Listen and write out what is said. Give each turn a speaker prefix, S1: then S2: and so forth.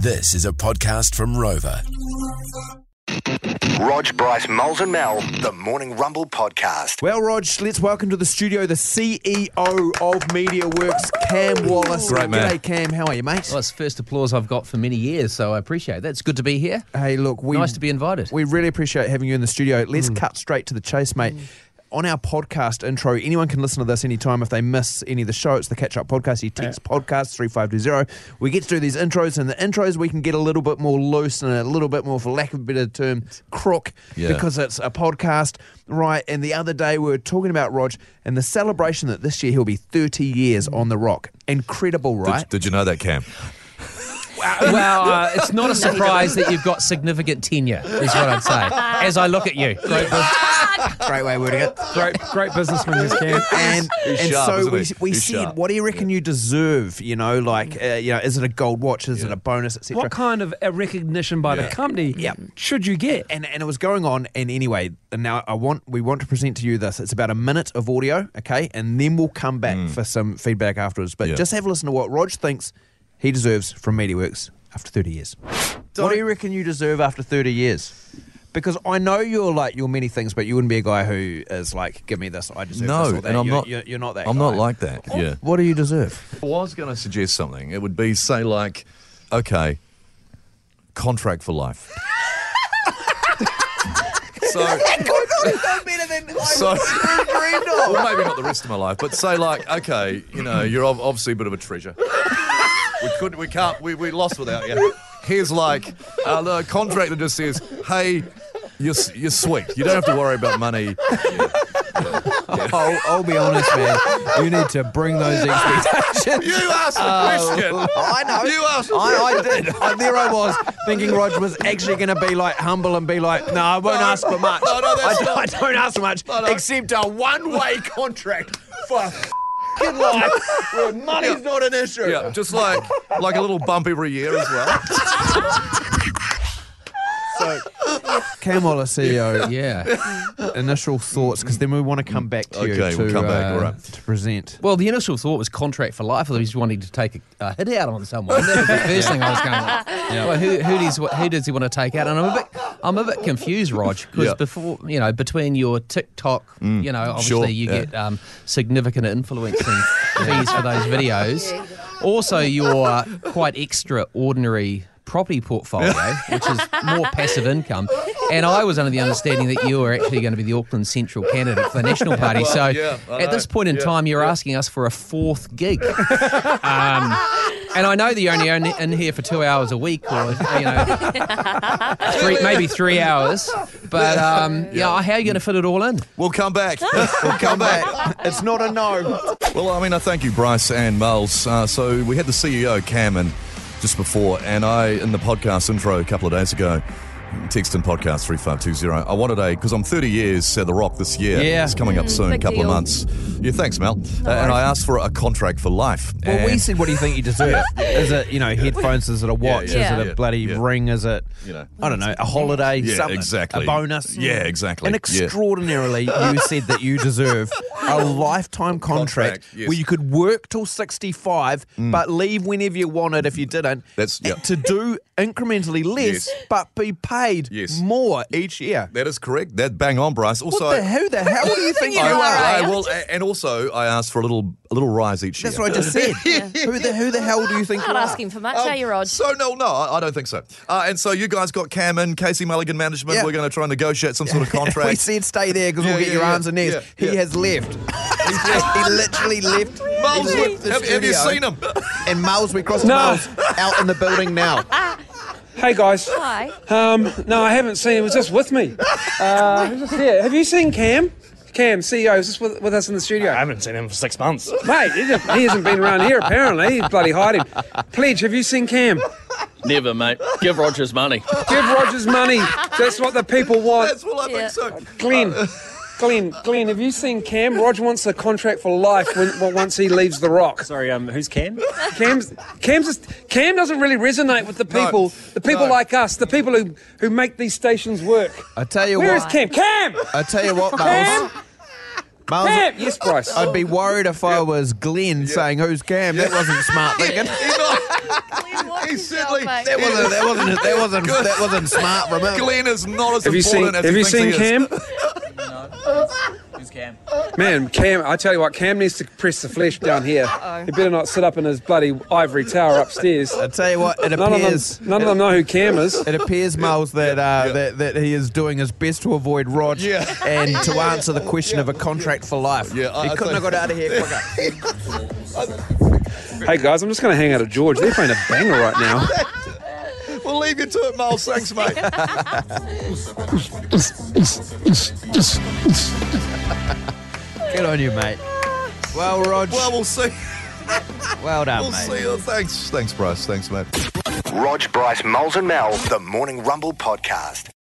S1: This is a podcast from Rover.
S2: Rog, Bryce, Moles and Mel, the Morning Rumble Podcast.
S3: Well, Rog, let's welcome to the studio the CEO of MediaWorks, Cam Wallace.
S4: Great man.
S3: G'day, Cam. How are you, mate?
S4: Well, it's the first applause I've got for many years, so I appreciate that. It's good to be here.
S3: Hey, look, we
S4: nice to be invited.
S3: we really appreciate having you in the studio. Let's cut straight to the chase, mate. On our podcast intro, anyone can listen to this anytime if they miss any of the show. It's the Catch Up Podcast. You text podcast 3520. We get to do these intros, and the intros we can get a little bit more loose and a little bit more, for lack of a better term, crook
S5: Yeah.
S3: because it's a podcast, right? And the other day we were talking about Rog and the celebration that this year he'll be 30 years on The Rock. Incredible, right?
S5: Did, did you know that, Cam?
S4: well, uh, it's not a surprise that you've got significant tenure, is what I'd say, as I look at you. Great bus-
S3: Great way of wording it.
S6: great, great businessman this Cam.
S3: and,
S5: He's
S3: and
S5: sharp,
S3: so
S5: isn't
S3: we,
S5: he?
S3: we
S5: He's
S3: said,
S5: sharp. Mm.
S3: what do you reckon you deserve? You know, like, uh, you know, is it a gold watch? Is it a bonus, etc.
S6: What kind of a recognition by the company
S3: Yeah.
S6: should you get?
S3: and, and it was going on, and anyway, and now I want we want to present to you this. It's about a minute of audio, okay, and then we'll come back for some feedback afterwards. But
S5: Mm. Yeah.
S3: just have a listen to what Rog thinks he deserves from MediaWorks after thirty years. what do you reckon you deserve after thirty years? Because I know you're like you're many things, but you wouldn't be a guy who is like, give me this, I deserve this.
S5: No,
S3: or
S5: and
S3: that."
S5: I'm
S3: you're,
S5: not.
S3: You're, you're not that.
S5: I'm
S3: guy.
S5: not like that. Yeah.
S3: What do you deserve?
S5: If I was going to suggest something, it would be say like, okay, contract for life. so, so well, maybe not the rest of my life, but say like, okay, you know, you're ob- obviously a bit of a treasure. we could, we can't, we, we lost without you. Here's like uh, the contract that just says, hey, you're s- you're sweet. You don't have to worry about money.
S3: Oh, I'll, I'll be honest, man. You need to bring those expectations.
S5: You asked the question.
S3: I know.
S5: You asked.
S3: I, I did. I, there I was, thinking Rog was actually going to be like humble and be like, no, I won't
S5: No.
S3: ask for much.
S5: No, no, that's
S3: I, don't-
S5: not-
S3: I don't ask for much,
S5: No, no.
S3: except a one way contract for good life where money's not an issue.
S5: Yeah, just like like a little bump every year as well.
S3: So, Cam Wallace, CEO,
S4: yeah.
S3: initial thoughts, because then we want to come back to you
S5: Okay,
S3: to,
S5: we'll come back,
S3: uh,
S5: all right.
S3: to present.
S4: Well, the initial thought was contract for life, although he's wanting to take a, a hit out on someone. That was the first thing I was going like, well, who, who, does, who does he want to take out? And I'm a bit, I'm a bit confused, Rog, because
S5: Yeah. Mm.
S4: before, you know, between your TikTok, you know, obviously
S5: sure,
S4: you
S5: yeah.
S4: get um, significant influencing fees for those videos. Also, your quite extraordinary property portfolio, which is more passive income. And I was under the understanding that you were actually going to be the Auckland Central candidate for the National Party. so
S5: yeah, I
S4: at this
S5: know.
S4: point in
S5: Yeah,
S4: time, you're asking us for a fourth gig. um, and I know that you're only only in here for two hours a week or, you know, three, maybe three hours. But, um, yeah, how are you going to fit it all in?
S5: We'll come back. We'll come back.
S3: It's not a no.
S5: Well, I mean, I thank you, Bryce and Miles. Uh, so we had the CEO Cam and just before, and I in the podcast intro a couple of days ago. Text and podcast 3520. I wanted a, because I'm 30 years uh, The Rock this year.
S3: Yeah.
S5: It's coming up soon, a
S7: big
S5: couple of
S7: deal.
S5: months. Yeah, thanks, Mel. Uh, and I asked for a contract for life.
S3: Well, we
S5: and-
S3: said, what do you think you deserve? Is it, you know, headphones? Is it a watch?
S7: yeah,
S3: Is it a
S5: yeah,
S3: bloody
S5: yeah.
S3: ring? Is it,
S5: You know.
S3: I don't know, a holiday?
S5: Yeah,
S3: something,
S5: exactly.
S3: A bonus?
S5: Yeah, exactly.
S3: And
S5: Yeah.
S3: extraordinarily, you said that you deserve a lifetime contract,
S5: Contract, yes.
S3: where you could work till 65, but leave whenever you wanted if you didn't.
S5: Mm. That's-
S3: and
S5: yeah.
S3: To do incrementally less,
S5: Yes.
S3: but be paid
S5: Yes.
S3: more each year.
S5: that is correct. That bang on, Bryce. Also,
S3: what the, who the hell do you think you
S5: I,
S3: are?
S5: I, I will, a- and also I asked for a little a little rise each
S3: That's
S5: year.
S3: what I just said. who, the, who the hell do you think
S7: Not
S3: you are?
S7: asking for much, are you, Rod?
S5: So no, no, I I don't think so. Uh, and so you guys got Cam and Casey Mulligan management.
S3: Yeah.
S5: We're going to try and negotiate some sort of
S3: We
S5: contract.
S3: said stay there because
S5: Yeah,
S3: we'll get
S5: yeah,
S3: your
S5: yeah,
S3: arms and knees.
S5: yeah,
S3: he
S5: yeah.
S3: has left. he literally left.
S5: Miles,
S3: He left the
S5: have, have you
S3: studio.
S5: seen him?
S3: And Miles, we crossed no.
S6: No.
S3: out in the building now.
S6: Hey guys.
S7: Hi.
S6: Um, no, I haven't seen. He was just with me. Uh, he was just there. Have you seen Cam? Cam, CEO, was just with, with us in the studio.
S8: I haven't seen him for six months.
S6: Mate, he, didn't- he hasn't been around here apparently. He's bloody hiding. Pledge, have you seen Cam?
S8: Never, mate. Give Rogers money.
S6: Give Rogers money. That's what the people want.
S5: That's well, I
S7: Yeah.
S5: think so.
S6: Glenn, Glenn, Glenn, have you seen Cam? Roger wants a contract for life when, well, once he leaves The Rock.
S8: Sorry, um, who's Ken?
S6: Cam's, Cam's just, Cam doesn't really resonate with the people, the people
S5: No.
S6: like us, the people who, who make these stations work.
S3: I tell you
S6: Where is
S3: what.
S6: Cam? Cam!
S3: I tell you what, Miles.
S6: Cam!
S3: Miles,
S6: Cam! Yes, Bryce.
S3: I'd be worried if I was Glenn saying who's Cam. That wasn't smart thinking.
S5: He's not, he certainly.
S7: mate.
S3: That wasn't that wasn't that wasn't that wasn't smart from him.
S5: Glenn is not as
S6: Have you seen?
S5: important as
S6: Have
S5: he
S6: you
S5: thinks
S6: seen
S5: he is.
S6: Cam?
S8: Who's Cam?
S6: Man, Cam, I tell you what, Cam needs to press the flesh down here. He better not sit up in his bloody ivory tower upstairs.
S3: I tell you what, it
S6: None of
S3: appears
S6: them, none of them know who Cam is.
S3: it appears, Miles, that uh, that that he is doing his best to avoid Rod
S5: Yeah.
S3: and to answer the question of a contract for life.
S5: Yeah, I-
S3: he
S5: I
S3: couldn't have
S5: think-
S3: got out of here quicker.
S6: Hey guys, I'm just going to hang out at George. They're playing a banger right now.
S5: We'll leave you to it, Miles. Thanks, mate.
S3: Good on you, mate. Well, Rod,
S5: well, we'll see.
S3: well done,
S5: We'll
S3: mate.
S5: see. Oh, Thanks, thanks, Bryce. Thanks, mate.
S2: Rog, Bryce, Moles and Mel, the Morning Rumble Podcast.